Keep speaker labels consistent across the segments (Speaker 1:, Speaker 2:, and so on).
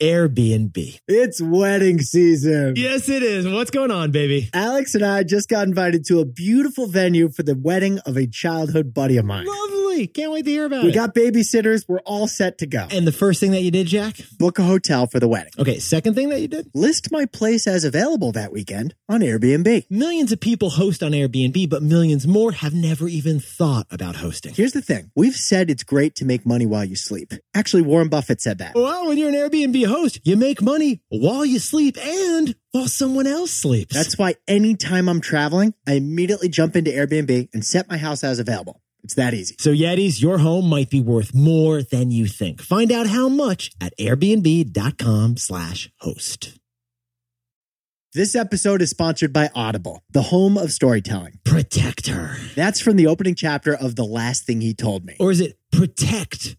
Speaker 1: Airbnb.
Speaker 2: It's wedding season.
Speaker 1: Yes, it is. What's going on, baby?
Speaker 2: Alex and I just got invited to a beautiful venue for the wedding of a childhood buddy of mine.
Speaker 1: Lovely. Can't wait to hear about
Speaker 2: We
Speaker 1: it.
Speaker 2: got babysitters. We're all set to go.
Speaker 1: and the first thing that you did, Jack?
Speaker 2: Book a hotel for the wedding.
Speaker 1: Okay, second thing that you did?
Speaker 2: List my place as available that weekend on Airbnb.
Speaker 1: Millions of people host on Airbnb, but millions more have never even thought about hosting.
Speaker 2: Here's the thing we've said it's great to make money while you sleep. Actually, Warren Buffett said that.
Speaker 1: Well, when you're an Airbnb host, you make money while you sleep and while someone else sleeps.
Speaker 2: That's why anytime I'm traveling, I immediately jump into Airbnb and set my house as available. It's that easy.
Speaker 1: so Yetis, your home might be worth more than you think. Find out how much at airbnb.com slash host.
Speaker 2: This episode is sponsored by Audible, the home of storytelling.
Speaker 1: Protect her.
Speaker 2: That's from the opening chapter of The Last Thing He Told Me.
Speaker 1: Or is it protect her?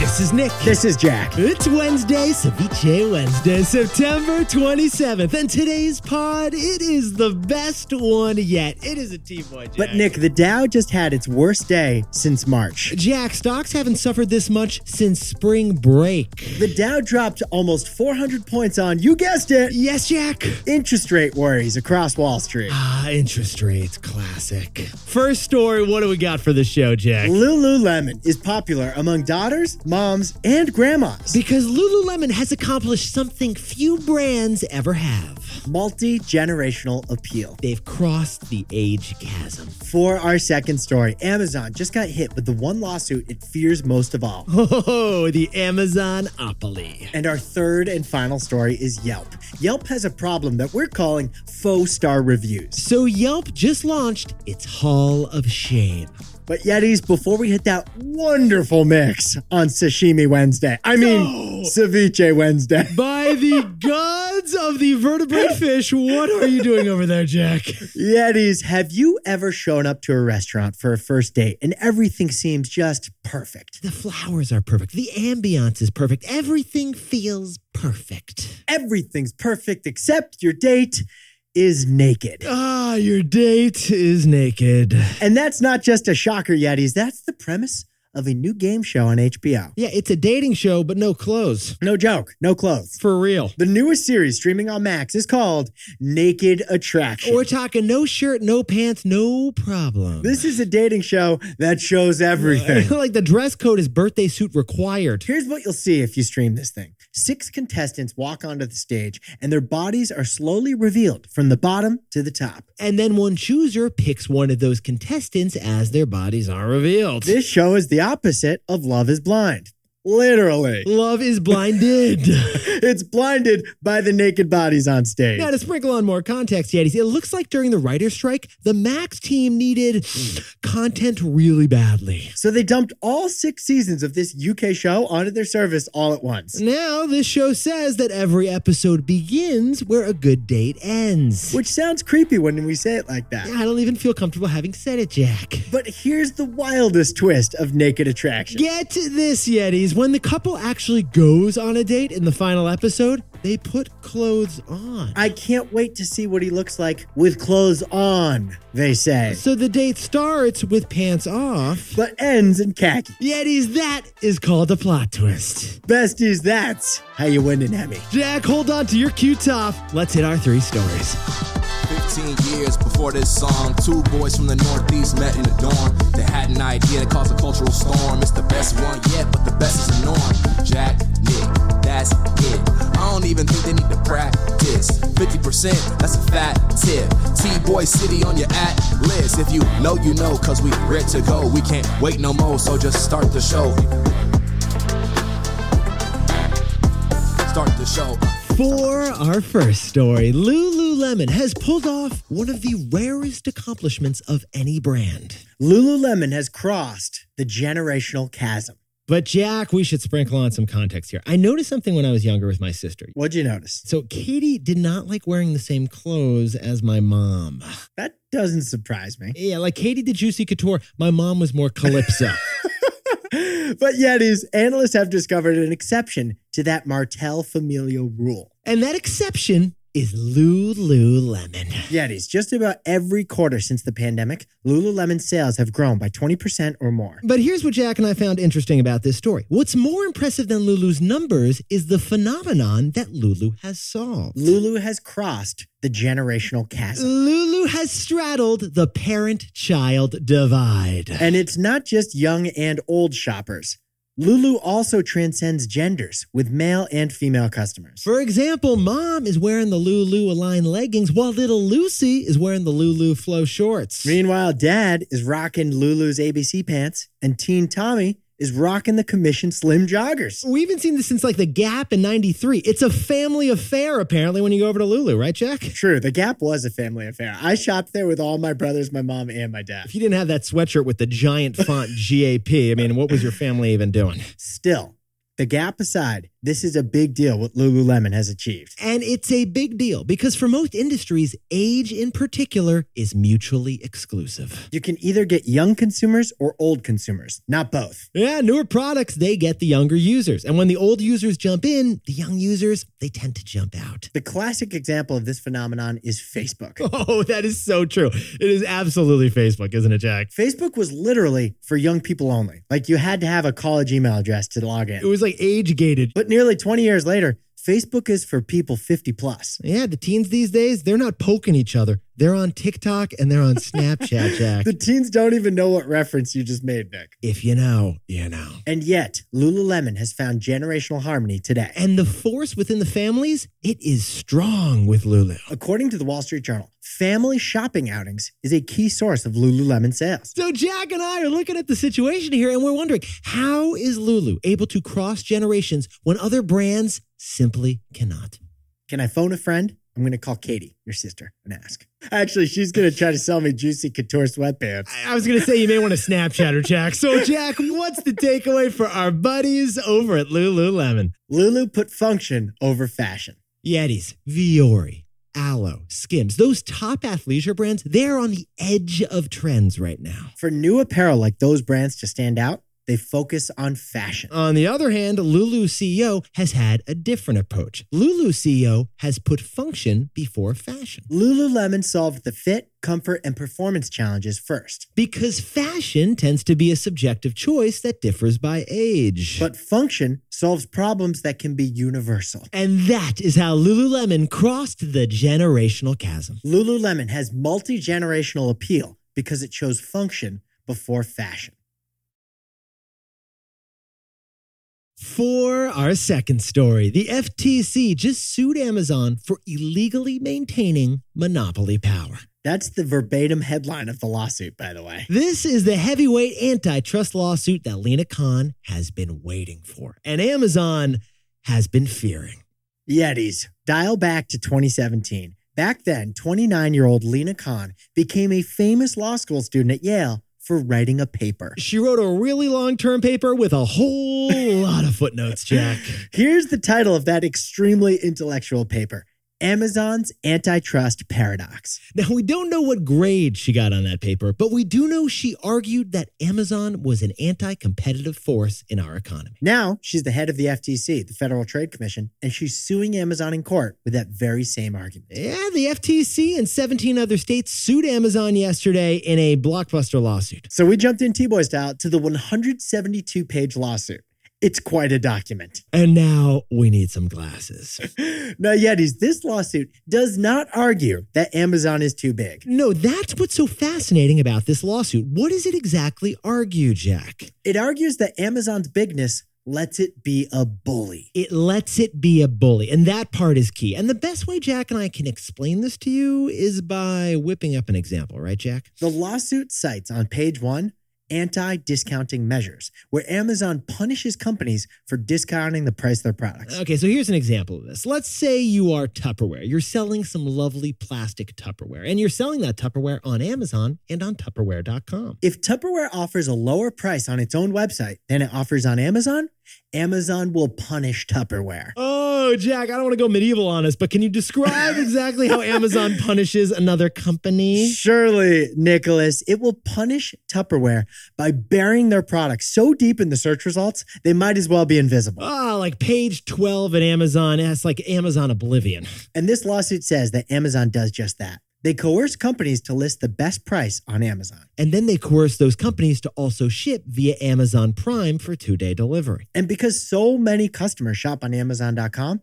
Speaker 1: This is Nick.
Speaker 2: This is Jack.
Speaker 1: It's Wednesday, Ceviche Wednesday, September 27th. And today's pod, it is the best one yet. It is a T-Boy Jack.
Speaker 2: But Nick, the Dow just had its worst day since March.
Speaker 1: Jack, stocks haven't suffered this much since spring break.
Speaker 2: The Dow dropped almost 400 points on, you guessed it,
Speaker 1: Yes, Jack.
Speaker 2: interest rate worries across Wall Street.
Speaker 1: Ah, interest rates, classic. First story, what do we got for the show, Jack?
Speaker 2: Lululemon is popular among daughters, moms, and grandmas.
Speaker 1: Because Lululemon has accomplished something few brands ever have.
Speaker 2: Multi generational appeal.
Speaker 1: They've crossed the age chasm.
Speaker 2: For our second story, Amazon just got hit with the one lawsuit it fears most of all.
Speaker 1: Oh, the Amazonopoly.
Speaker 2: And our third and final story is Yelp. Yelp has a problem that we're calling faux star reviews.
Speaker 1: So Yelp just launched its Hall of Shame.
Speaker 2: But Yetis, before we hit that wonderful mix on Sashimi Wednesday, I mean
Speaker 1: No.
Speaker 2: Ceviche Wednesday,
Speaker 1: By the gods of the vertebrate fish, what are you doing over there, Jack?
Speaker 2: Yetis, have you ever shown up to a restaurant for a first date and everything seems just perfect?
Speaker 1: The flowers are perfect. The ambiance is perfect. Everything feels perfect.
Speaker 2: Everything's perfect except your date is naked.
Speaker 1: Ah, your date is naked.
Speaker 2: And that's not just a shocker, Yetis, that's the premise of a new game show on HBO.
Speaker 1: Yeah, it's a dating show, but no clothes.
Speaker 2: No joke, no clothes.
Speaker 1: For real.
Speaker 2: The newest series streaming on Max is called Naked Attraction.
Speaker 1: We're talking no shirt, no pants, no problem.
Speaker 2: this is a dating show that shows everything.
Speaker 1: like the dress code is birthday suit required.
Speaker 2: Here's what you'll see if you stream this thing. Six contestants walk onto the stage and their bodies are slowly revealed from the bottom to the top.
Speaker 1: And then one chooser picks one of those contestants as their bodies are revealed.
Speaker 2: This show is the opposite of Love is Blind. Literally.
Speaker 1: Love is blinded.
Speaker 2: It's blinded by the naked bodies on stage.
Speaker 1: now, to sprinkle on more context, Yetis, it looks like during the writer's strike, the Max team needed content really badly.
Speaker 2: So they dumped all six seasons of this UK show onto their service all at once.
Speaker 1: Now, this show says that every episode begins where a good date ends.
Speaker 2: Which sounds creepy when we say it like that.
Speaker 1: I don't even feel comfortable having said it, Jack.
Speaker 2: But here's the wildest twist of naked attraction.
Speaker 1: Get this, Yetis. When the couple actually goes on a date in the final episode, they put clothes on.
Speaker 2: I can't wait to see what he looks like with clothes on, they say,
Speaker 1: So the date starts with pants off.
Speaker 2: but ends in khaki.
Speaker 1: Yetis, that is called a plot twist.
Speaker 2: Besties, that's how you win an Emmy.
Speaker 1: Jack, hold on to your cue top. Let's hit our three stories.
Speaker 2: Big
Speaker 3: 15 years before this song, two boys from the Northeast met in the dorm. They had an idea that caused a cultural storm. It's the best one yet, but the best is the norm. Jack, Nick, that's it. I don't even think they need to practice. 50%, that's a fat tip. T-Boy City on your at list. If you know, you know, cause we ready to go. We can't wait no more, so just start the show. Start the show.
Speaker 1: For our first story, Lululemon has pulled off one of the rarest accomplishments of any brand.
Speaker 2: Lululemon has crossed the generational chasm.
Speaker 1: But, Jack, we should sprinkle on some context here. I noticed something when I was younger with my sister.
Speaker 2: What'd you notice?
Speaker 1: So, Katie did not like wearing the same clothes as my mom.
Speaker 2: That doesn't surprise me.
Speaker 1: Yeah, like Katie did Juicy Couture. My mom was more Calypso.
Speaker 2: But Yetis, analysts have discovered an exception to that Martell familial rule.
Speaker 1: and that exception is Lululemon.
Speaker 2: Yetis, just about every quarter since the pandemic, Lululemon sales have grown by 20% or more.
Speaker 1: But here's what Jack and I found interesting about this story. What's more impressive than Lulu's numbers is the phenomenon that Lulu has solved.
Speaker 2: Lulu has crossed the generational chasm.
Speaker 1: Lulu has straddled the parent child divide.
Speaker 2: And it's not just young and old shoppers. Lulu also transcends genders with male and female customers.
Speaker 1: For example, mom is wearing the Lulu Align leggings while little Lucy is wearing the Lulu Flow shorts.
Speaker 2: Meanwhile, dad is rocking Lulu's ABC pants, and teen Tommy is rocking the commission slim joggers.
Speaker 1: We haven't seen this since like the Gap in 93. It's a family affair apparently when you go over to Lulu, right, Jack?
Speaker 2: True, the Gap was a family affair. I shopped there with all my brothers, my mom, and my dad.
Speaker 1: If you didn't have that sweatshirt with the giant font GAP, I mean, what was your family even doing?
Speaker 2: Still, the Gap aside, this is a big deal what Lululemon has achieved.
Speaker 1: And it's a big deal because for most industries, age in particular is mutually exclusive.
Speaker 2: You can either get young consumers or old consumers, not both.
Speaker 1: Yeah, newer products, they get the younger users. And when the old users jump in, the young users, they tend to jump out.
Speaker 2: The classic example of this phenomenon is Facebook.
Speaker 1: Oh, that is so true. It is absolutely Facebook, isn't it, Jack?
Speaker 2: Facebook was literally for young people only. Like you had to have a college email address to log
Speaker 1: It
Speaker 2: in.
Speaker 1: was like age gated.
Speaker 2: But nearly 20 years later, Facebook is for people 50 plus.
Speaker 1: Yeah, the teens these days, they're not poking each other. They're on TikTok and they're on Snapchat, Jack.
Speaker 2: The teens don't even know what reference you just made, Nick.
Speaker 1: if you know, you know.
Speaker 2: And yet, Lululemon has found generational harmony today.
Speaker 1: And the force within the families, it is strong with Lulu.
Speaker 2: According to the Wall Street Journal, family shopping outings is a key source of Lululemon sales.
Speaker 1: So Jack and I are looking at the situation here and we're wondering, how is Lulu able to cross generations when other brands simply cannot?
Speaker 2: Can I phone a friend? I'm going to call Katie, your sister, and ask. Actually, she's going to try to sell me juicy couture sweatpants.
Speaker 1: I was going to say you may want to Snapchat her, Jack. So Jack, what's the takeaway for our buddies over at Lululemon?
Speaker 2: Lulu put function over fashion.
Speaker 1: Yetis, Viore, Aloe, Skims, those top athleisure brands, they're on the edge of trends right now.
Speaker 2: For new apparel like those brands to stand out, they focus on fashion.
Speaker 1: On the other hand, Lulu CEO has had a different approach. Lulu CEO has put function before fashion
Speaker 2: Lululemon solved the fit, comfort, and performance challenges first,
Speaker 1: because fashion tends to be a subjective choice that differs by age.
Speaker 2: but function solves problems that can be universal.
Speaker 1: and that is how Lululemon crossed the generational chasm.
Speaker 2: Lululemon has multi generational appeal because it chose function before fashion.
Speaker 1: For our second story, the FTC just sued Amazon for illegally maintaining monopoly power.
Speaker 2: That's the verbatim headline of the lawsuit, by the way.
Speaker 1: This is the heavyweight antitrust lawsuit that Lena Khan has been waiting for and Amazon has been fearing.
Speaker 2: Yetis, dial back to 2017. Back then, 29 year old Lena Khan became a famous law school student at Yale for writing a paper.
Speaker 1: She wrote a really long term paper with a whole lot of footnotes, Jack.
Speaker 2: Here's the title of that extremely intellectual paper Amazon's Antitrust Paradox.
Speaker 1: Now, we don't know what grade she got on that paper, but we do know she argued that Amazon was an anti competitive force in our economy.
Speaker 2: Now she's the head of the FTC, the Federal Trade Commission, and she's suing Amazon in court with that very same argument.
Speaker 1: Yeah, the FTC and 17 other states sued Amazon yesterday in a blockbuster lawsuit.
Speaker 2: So we jumped in T Boy style to the 172 page lawsuit. It's quite a document.
Speaker 1: And now we need some glasses.
Speaker 2: Now, Yetis, this lawsuit does not argue that Amazon is too big.
Speaker 1: No, that's what's so fascinating about this lawsuit. What does it exactly argue, Jack?
Speaker 2: It argues that Amazon's bigness lets it be a bully.
Speaker 1: It lets it be a bully, and that part is key. And the best way Jack and I can explain this to you is by whipping up an example, right, Jack?
Speaker 2: The lawsuit cites on page one anti discounting measures, where Amazon punishes companies for discounting the price of their products.
Speaker 1: Okay, so here's an example of this. Let's say you are Tupperware. You're selling some lovely plastic Tupperware, and you're selling that Tupperware on Amazon and on Tupperware.com.
Speaker 2: If Tupperware offers a lower price on its own website than it offers on Amazon, Amazon will punish Tupperware.
Speaker 1: Oh, Jack, I don't want to go medieval on us, but can you describe exactly how Amazon punishes another company?
Speaker 2: Surely, Nicholas, it will punish Tupperware by burying their products so deep in the search results, they might as well be invisible.
Speaker 1: Ah, like page 12 at Amazon. That's like Amazon Oblivion.
Speaker 2: And this lawsuit says that Amazon does just that. They coerce companies to list the best price on Amazon.
Speaker 1: And then they coerce those companies to also ship via Amazon Prime for two day delivery.
Speaker 2: And because so many customers shop on Amazon.com,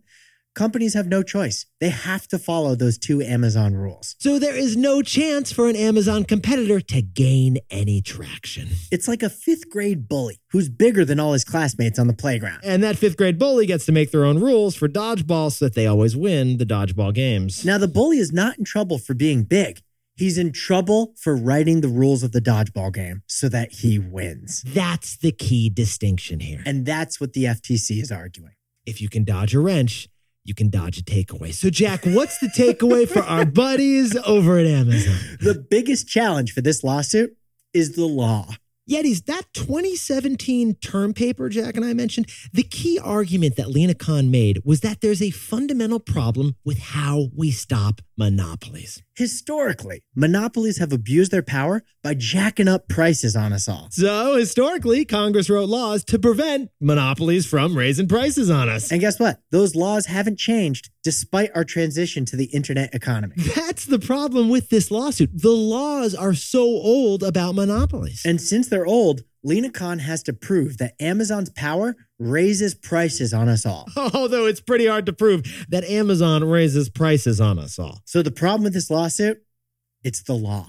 Speaker 2: companies have no choice. They have to follow those two Amazon rules.
Speaker 1: So there is no chance for an Amazon competitor to gain any traction.
Speaker 2: It's like a fifth grade bully who's bigger than all his classmates on the playground.
Speaker 1: And that fifth grade bully gets to make their own rules for dodgeball so that they always win the dodgeball games.
Speaker 2: Now, the bully is not in trouble for being big. He's in trouble for writing the rules of the dodgeball game so that he wins.
Speaker 1: That's the key distinction here.
Speaker 2: And that's what the FTC is arguing.
Speaker 1: if you can dodge a wrench, you can dodge a takeaway. So, Jack, what's the takeaway for our buddies over at Amazon?
Speaker 2: The biggest challenge for this lawsuit is the law.
Speaker 1: Yetis, that 2017 term paper Jack and I mentioned, the key argument that Lena Khan made was that there's a fundamental problem with how we stop monopolies.
Speaker 2: Historically, monopolies have abused their power by jacking up prices on us all.
Speaker 1: So, historically, Congress wrote laws to prevent monopolies from raising prices on us.
Speaker 2: And guess what? Those laws haven't changed despite our transition to the internet economy.
Speaker 1: That's the problem with this lawsuit. The laws are so old about monopolies.
Speaker 2: And since they're old, Lena Khan has to prove that Amazon's power raises prices on us all.
Speaker 1: Although it's pretty hard to prove that Amazon raises prices on us all.
Speaker 2: So the problem with this lawsuit, it's the law.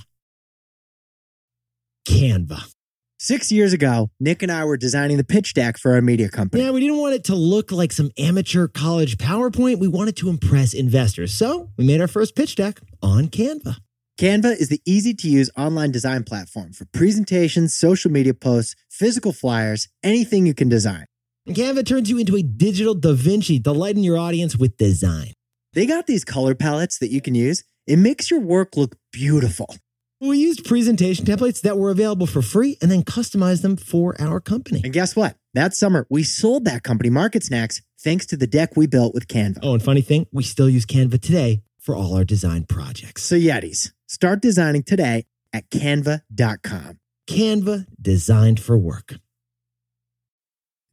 Speaker 1: Canva.
Speaker 2: Six years ago, Nick and I were designing the pitch deck for our media company.
Speaker 1: Yeah, we didn't want it to look like some amateur college PowerPoint. We wanted to impress investors. So we made our first pitch deck on Canva.
Speaker 2: Canva is the easy to use online design platform for presentations, social media posts, physical flyers, anything you can design.
Speaker 1: And Canva turns you into a digital Da Vinci, delighting your audience with design.
Speaker 2: They got these color palettes that you can use. It makes your work look beautiful.
Speaker 1: We used presentation templates that were available for free and then customized them for our company.
Speaker 2: And guess what? That summer, we sold that company Market Snacks thanks to the deck we built with Canva.
Speaker 1: Oh, and funny thing, we still use Canva today for all our design projects.
Speaker 2: So, Yetis, start designing today at canva.com.
Speaker 1: Canva designed for work.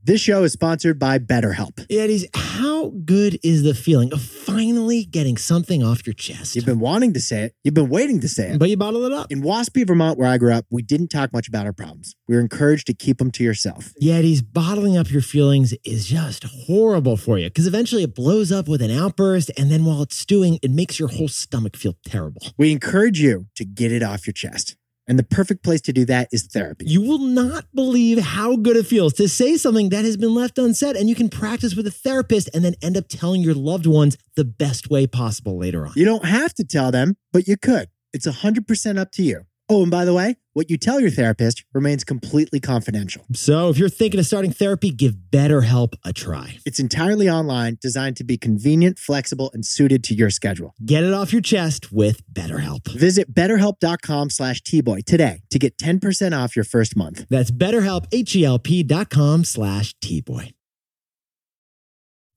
Speaker 2: This show is sponsored by BetterHelp.
Speaker 1: It is how good is the feeling of finally getting something off your chest?
Speaker 2: You've been wanting to say it, you've been waiting to say it.
Speaker 1: but you bottle it up.
Speaker 2: In Waspy, Vermont, where I grew up, we didn't talk much about our problems. We were encouraged to keep them to yourself.
Speaker 1: Yetis bottling up your feelings is just horrible for you because eventually it blows up with an outburst, and then while it's stewing, it makes your whole stomach feel terrible.
Speaker 2: We encourage you to get it off your chest. And the perfect place to do that is therapy.
Speaker 1: You will not believe how good it feels to say something that has been left unsaid, and you can practice with a therapist and then end up telling your loved ones the best way possible later on.
Speaker 2: You don't have to tell them, but you could. It's 100% up to you. Oh, and by the way, what you tell your therapist remains completely confidential.
Speaker 1: So if you're thinking of starting therapy, give BetterHelp a try.
Speaker 2: It's entirely online, designed to be convenient, flexible, and suited to your schedule.
Speaker 1: Get it off your chest with BetterHelp.
Speaker 2: Visit betterhelp.com slash tboy today to get 10% off your first month.
Speaker 1: That's BetterHelp, H-E-L-P dot com slash T-Boy.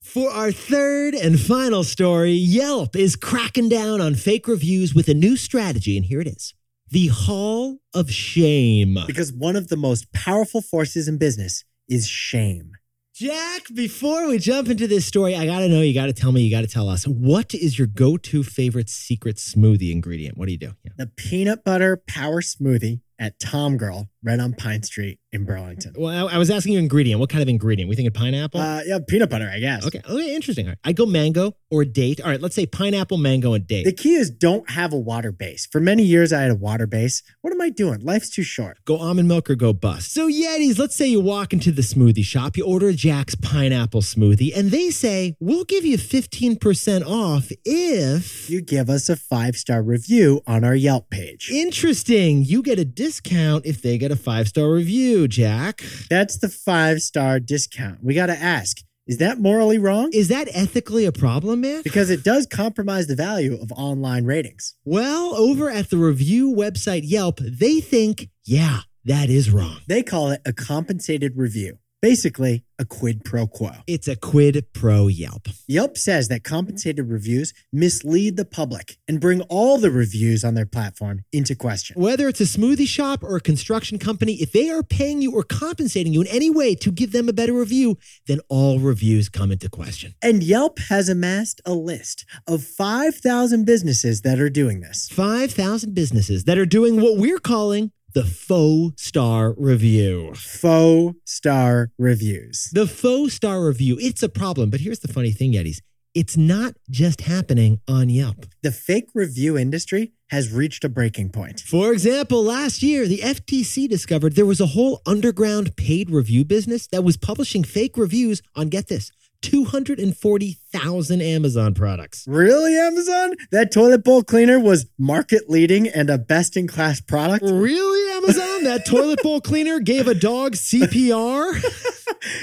Speaker 1: For our third and final story, Yelp is cracking down on fake reviews with a new strategy, and here it is. The Hall of Shame.
Speaker 2: Because one of the most powerful forces in business is shame.
Speaker 1: Jack, before we jump into this story, I gotta know, you gotta tell me, you gotta tell us, what is your go-to favorite secret smoothie ingredient? What do you do? Yeah.
Speaker 2: The peanut butter power smoothie at Tom Girl right on Pine Street in Burlington.
Speaker 1: Well, I, I was asking you ingredient. What kind of ingredient? We thinking pineapple?
Speaker 2: Uh, yeah, peanut butter, I guess.
Speaker 1: okay. Okay. Interesting. All right. I'd go mango or date. All right. Let's say pineapple, mango, and date.
Speaker 2: The key is don't have a water base. For many years, I had a water base. What am I doing? Life's too short.
Speaker 1: Go almond milk or go bust. So, Yetis, let's say you walk into the smoothie shop, you order a Jack's pineapple smoothie, and they say, We'll give you 15% off if.
Speaker 2: You give us a five star review on our Yelp page.
Speaker 1: Interesting. You get a discount if they get a five star review, Jack.
Speaker 2: That's the five star discount. We got to ask is that morally wrong?
Speaker 1: Is that ethically a problem, man?
Speaker 2: Because it does compromise the value of online ratings.
Speaker 1: Well, over at the review website Yelp, they think, yeah, that is wrong.
Speaker 2: They call it a compensated review, basically, a quid pro quo.
Speaker 1: It's a quid pro Yelp.
Speaker 2: Yelp says that compensated reviews mislead the public and bring all the reviews on their platform into question.
Speaker 1: Whether it's a smoothie shop or a construction company, if they are paying you or compensating you in any way to give them a better review, then all reviews come into question.
Speaker 2: And Yelp has amassed a list of 5,000 businesses that are doing this.
Speaker 1: 5,000 businesses that are doing what we're calling the faux star review.
Speaker 2: Faux star reviews.
Speaker 1: The faux star review, it's a problem. But here's the funny thing, Yetis it's not just happening on Yelp.
Speaker 2: The fake review industry has reached a breaking point.
Speaker 1: For example, last year, the FTC discovered there was a whole underground paid review business that was publishing fake reviews on, get this, 240,000 Amazon products.
Speaker 2: Really, Amazon? That toilet bowl cleaner was market leading and a best in class product?
Speaker 1: Really, Amazon? That toilet bowl cleaner gave a dog CPR?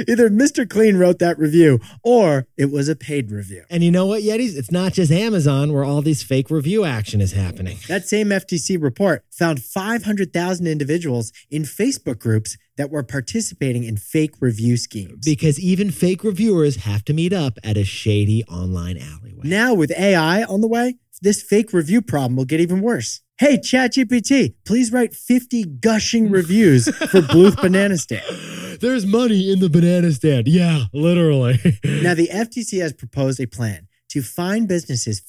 Speaker 2: Either Mr. Clean wrote that review or it was a paid review.
Speaker 1: And you know what, Yetis? It's not just Amazon where all these fake review action is happening.
Speaker 2: That same FTC report found 500,000 individuals in Facebook groups that were participating in fake review schemes.
Speaker 1: Because even fake reviewers have to meet up at a shady online alleyway.
Speaker 2: Now, with AI on the way, this fake review problem will get even worse. Hey, ChatGPT, please write 50 gushing reviews for Bluth Banana Stand.
Speaker 1: There's money in the banana stand. Yeah, literally.
Speaker 2: Now, the FTC has proposed a plan to fine businesses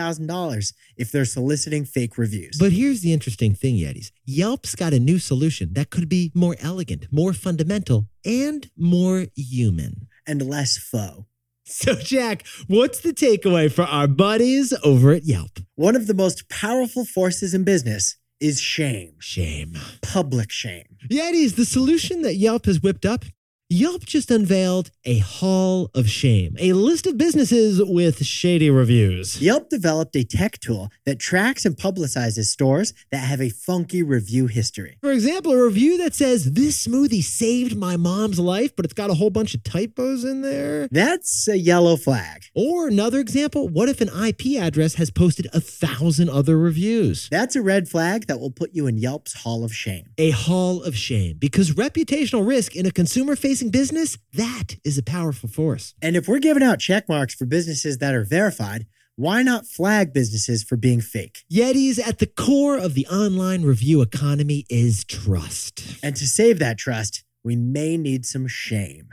Speaker 2: $50,000 if they're soliciting fake reviews.
Speaker 1: But here's the interesting thing, Yetis. Yelp's got a new solution that could be more elegant, more fundamental, and more human.
Speaker 2: and less faux.
Speaker 1: So, Jack, what's the takeaway for our buddies over at Yelp?
Speaker 2: One of the most powerful forces in business is shame,
Speaker 1: Shame.
Speaker 2: public shame.
Speaker 1: Yetis, the solution that Yelp has whipped up. Yelp just unveiled a hall of shame, a list of businesses with shady reviews.
Speaker 2: Yelp developed a tech tool that tracks and publicizes stores that have a funky review history.
Speaker 1: For example, a review that says, This smoothie saved my mom's life, but it's got a whole bunch of typos in there.
Speaker 2: That's a yellow flag.
Speaker 1: Or another example, what if an IP address has posted a thousand other reviews?
Speaker 2: That's a red flag that will put you in Yelp's Hall of Shame.
Speaker 1: A hall of shame because reputational risk in a consumer facing business, that is a powerful force.
Speaker 2: And if we're giving out check marks for businesses that are verified, why not flag businesses for being fake?
Speaker 1: Yetis, at the core of the online review economy is trust.
Speaker 2: And to save that trust, we may need some shame.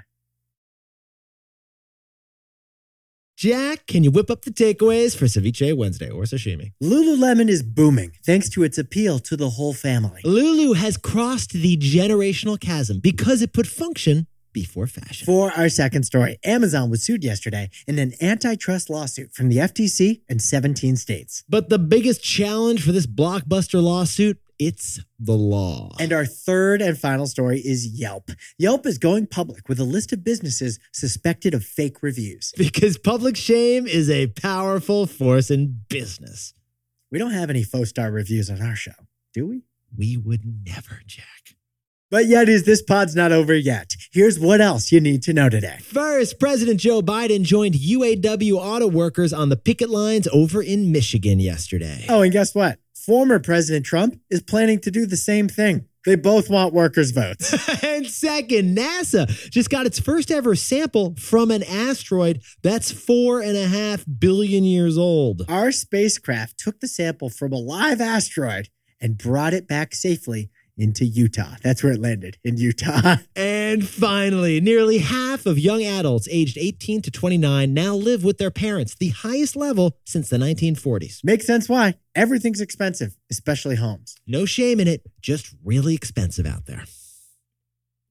Speaker 1: Jack, can you whip up the takeaways for Ceviche Wednesday or sashimi?
Speaker 2: Lululemon is booming thanks to its appeal to the whole family.
Speaker 1: Lulu has crossed the generational chasm because it put function before fashion.
Speaker 2: For our second story, Amazon was sued yesterday in an antitrust lawsuit from the FTC and 17 states.
Speaker 1: But the biggest challenge for this blockbuster lawsuit, it's the law.
Speaker 2: And our third and final story is Yelp. Yelp is going public with a list of businesses suspected of fake reviews.
Speaker 1: because public shame is a powerful force in business.
Speaker 2: We don't have any faux star reviews on our show, do we?
Speaker 1: We would never, Jack.
Speaker 2: But yet is this pod's not over yet. Here's what else you need to know today.
Speaker 1: First, President Joe Biden joined UAW auto workers on the picket lines over in Michigan yesterday.
Speaker 2: Oh, and guess what? Former President Trump is planning to do the same thing. They both want workers' votes.
Speaker 1: and second, NASA just got its first ever sample from an asteroid that's four and a half billion years old.
Speaker 2: Our spacecraft took the sample from a live asteroid and brought it back safely into Utah. That's where it landed, in Utah.
Speaker 1: And finally, nearly half of young adults aged 18 to 29 now live with their parents, the highest level since the 1940s.
Speaker 2: Makes sense why. Everything's expensive, especially homes.
Speaker 1: No shame in it, just really expensive out there.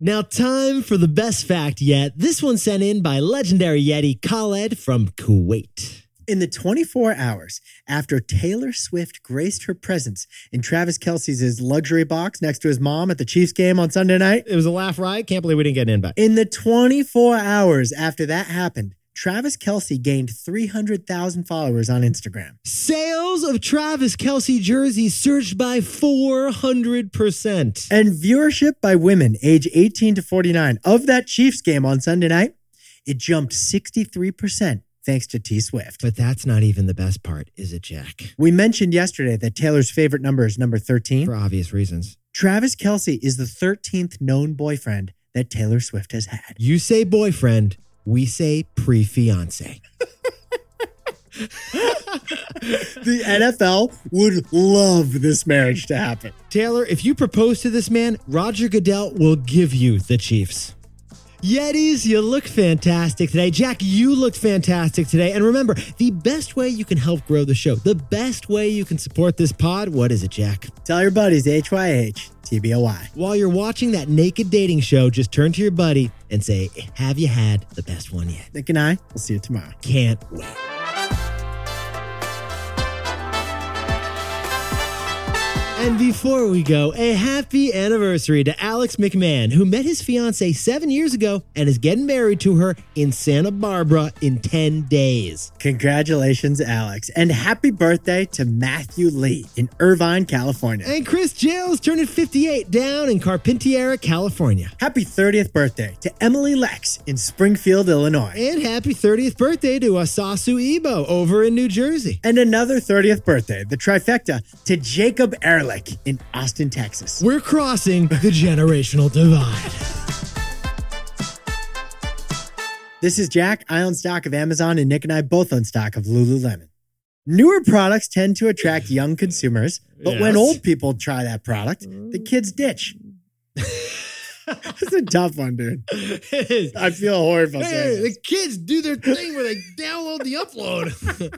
Speaker 1: Now, time for the best fact yet. This one sent in by legendary Yeti Khaled from Kuwait.
Speaker 2: In the 24 hours after Taylor Swift graced her presence in Travis Kelsey's luxury box next to his mom at the Chiefs game on Sunday night,
Speaker 1: It was a laugh riot. Can't believe we didn't get an invite.
Speaker 2: in the 24 hours after that happened, Travis Kelsey gained 300,000 followers on Instagram.
Speaker 1: Sales of Travis Kelsey jerseys surged by 400%.
Speaker 2: And viewership by women age 18 to 49 of that Chiefs game on Sunday night, it jumped 63% thanks to T Swift.
Speaker 1: But that's not even the best part, is it, Jack?
Speaker 2: We mentioned yesterday that Taylor's favorite number is number 13.
Speaker 1: For obvious reasons.
Speaker 2: Travis Kelsey is the 13th known boyfriend that Taylor Swift has had.
Speaker 1: You say boyfriend, we say pre fiance.
Speaker 2: The NFL would love this marriage to happen.
Speaker 1: Taylor, if you propose to this man, Roger Goodell will give you the Chiefs. Yetis, you look fantastic today. Jack, you look fantastic today. And remember, the best way you can help grow the show, the best way you can support this pod, what is it, Jack?
Speaker 2: Tell your buddies HYH, TBOY.
Speaker 1: While you're watching that naked dating show, just turn to your buddy and say, Have you had the best one yet?
Speaker 2: Nick and I will see you tomorrow.
Speaker 1: Can't wait. And before we go, a happy anniversary to Alex McMahon, who met his fiancee seven years ago and is getting married to her in Santa Barbara in 10 days.
Speaker 2: Congratulations, Alex. And happy birthday to Matthew Lee in Irvine, California.
Speaker 1: And Chris Jails turning 58 down in Carpinteria, California.
Speaker 2: Happy 30th birthday to Emily Lex in Springfield, Illinois.
Speaker 1: And happy 30th birthday to Asasu Ibo over in New Jersey.
Speaker 2: And another 30th birthday, the trifecta, to Jacob Ehrlich in Austin, Texas.
Speaker 1: We're crossing the generational divide.
Speaker 2: This is Jack. I own stock of Amazon, and Nick and I both own stock of Lululemon. Newer products tend to attract young consumers, but when
Speaker 1: Yes.
Speaker 2: old people try that product, the kids ditch. It's a tough one, dude.
Speaker 1: It is.
Speaker 2: I feel horrible.
Speaker 1: Hey,
Speaker 2: saying this.
Speaker 1: the kids do their thing where they download the upload.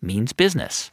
Speaker 4: means business.